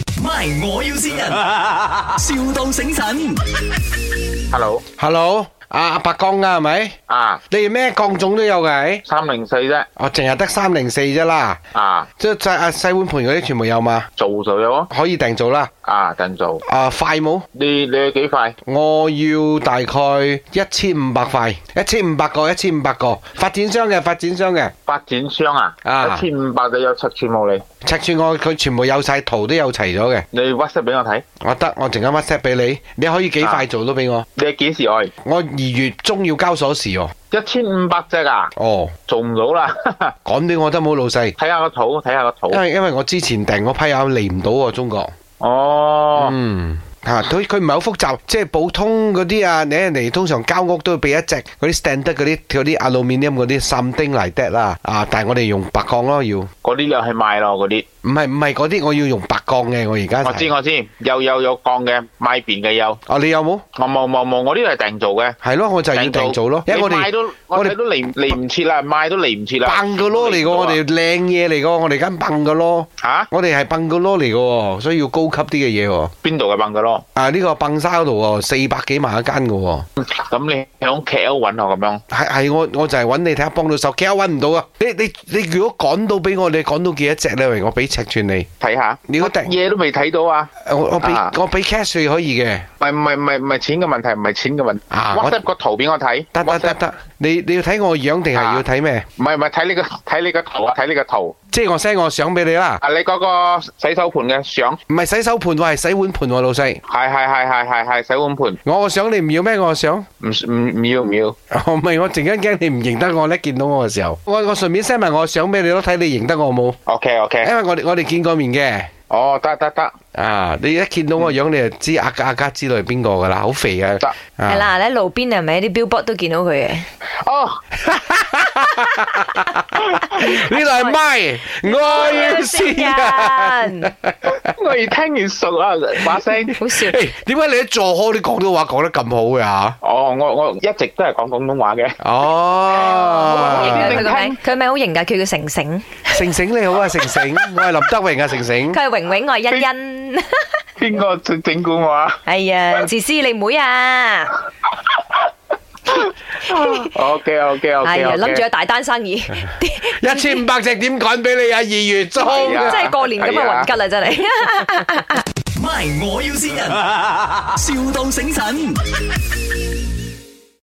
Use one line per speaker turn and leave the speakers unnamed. ，MY 我要先人，,笑到醒神。
Hello，À,
Hello，阿 À, 阿伯江啊，係咪？
啊，
你哋咩降種都有嘅？
三零四啫，
哦，淨係得三零四啫啦，
啊，
即係細啊細碗盤嗰啲全部有嘛？
做就有啊，
可以訂做啦。
啊，定做，
啊，快冇？
你你幾快？
我要大概一千五百塊，一千五百個，一千五百個發展商嘅發展商嘅
發展商啊，
啊
一千五百就有尺寸冇你，
尺寸我佢全部有晒圖都有齊咗嘅，
你 WhatsApp 俾我睇，
我得我陣間 WhatsApp 俾你，你可以幾快做到俾我？
你幾時愛？
我二月中要交鎖匙喎，
一千五百隻啊，
哦，
做唔到 啦，
趕俾我得冇老細，
睇下個肚，睇下個肚
因，為因為我之前訂嗰批啊嚟唔到喎中國。
哦，
嗯，吓佢佢唔係好複雜，即係普通嗰啲啊，你人哋通常交屋都會俾一隻嗰啲 standard 嗰啲嗰啲 aluminium 嗰啲三丁嚟得啦，啊，但係我哋用白鋼咯，要唔
嗰啲又係賣咯，嗰啲，
係唔係嗰啲，我要用白鋼嘅，我而家就
我
係
知我知，有有有降嘅，賣邊嘅有，
哦，你有冇？
我冇冇冇，我呢度係定做嘅。
係咯，我就要定做咯，因為
你
我
賣
哋
都我
我哋
哋都嚟嚟唔切啦，賣都嚟唔切啦。
崩個咯嚟個，
à?
我哋靚嘢嚟個，我哋間崩個咯，
吓
我哋係崩個咯嚟個喎，所以要高級啲嘅嘢喎。
邊度嘅崩個咯？
啊！呢、個崩沙嗰度喎，四百幾萬一間嘅喎，
咁你響 KL 揾我咁樣，
係係我我就係揾你睇下幫到手，其他揾唔到啊！你你你如果趕到俾我，你趕到幾多隻咧？喂我俾尺寸你，
睇下，
你嗰訂
嘢都未睇到啊！
我我俾
啊
我俾 cash 你可以嘅，
唔係唔係唔係唔係錢嘅問題，唔係錢嘅問題。
啊我
WhatsApp 個圖俾我睇，
得得得
WhatsApp
得，你你要睇我樣定係
啊
要睇咩？
唔係唔係睇你個睇你個圖啊，睇你個圖
即係我 send 我相俾你啦，
啊！你嗰個洗手盤嘅相，
唔係洗手盤喎，係洗碗盤喎，老細。
係係係係係係洗碗盤，
我個相你唔要咩？我個相。
唔唔唔要唔要，
我唔係，我陣間驚你唔認得我咧，見到我嘅時候，我我順便 send 埋我相俾你咯，睇你認得我冇，
？OK OK，
因為我哋我哋見過面
哦得得得
嘅，啊，你一見到我樣你就知阿家阿家之類邊個噶啦，好肥嘅，
得，
啊
係，啦，你喺路邊係咪啲 billboard 都見到佢嘅？
哦
呢度係咪？我要先 啊！
à. 我越聽越熟啊，把聲。
好笑。
誒，哎點解你喺座開啲廣東話講得咁好嘅啊哦吓？
哦，我我一直都係講廣東話嘅。
啊
Ờ.
好型嘅
哦，
佢個名，佢個名好型噶，叫佢成成，
成成你好啊，成成，我係林德榮啊，成成，
佢係榮榮，我係欣欣。
邊個整整蠱我啊
哎呀，自私你妹啊！
？OK OK
哎
OK
呀，
OK。Dạ.
諗住有大單 生意，
一千五百隻點趕俾你啊，二月中。
係啊
真係過年咁
係啊
啊雲吉啦，真係。
MY 我要先人，,笑到醒神。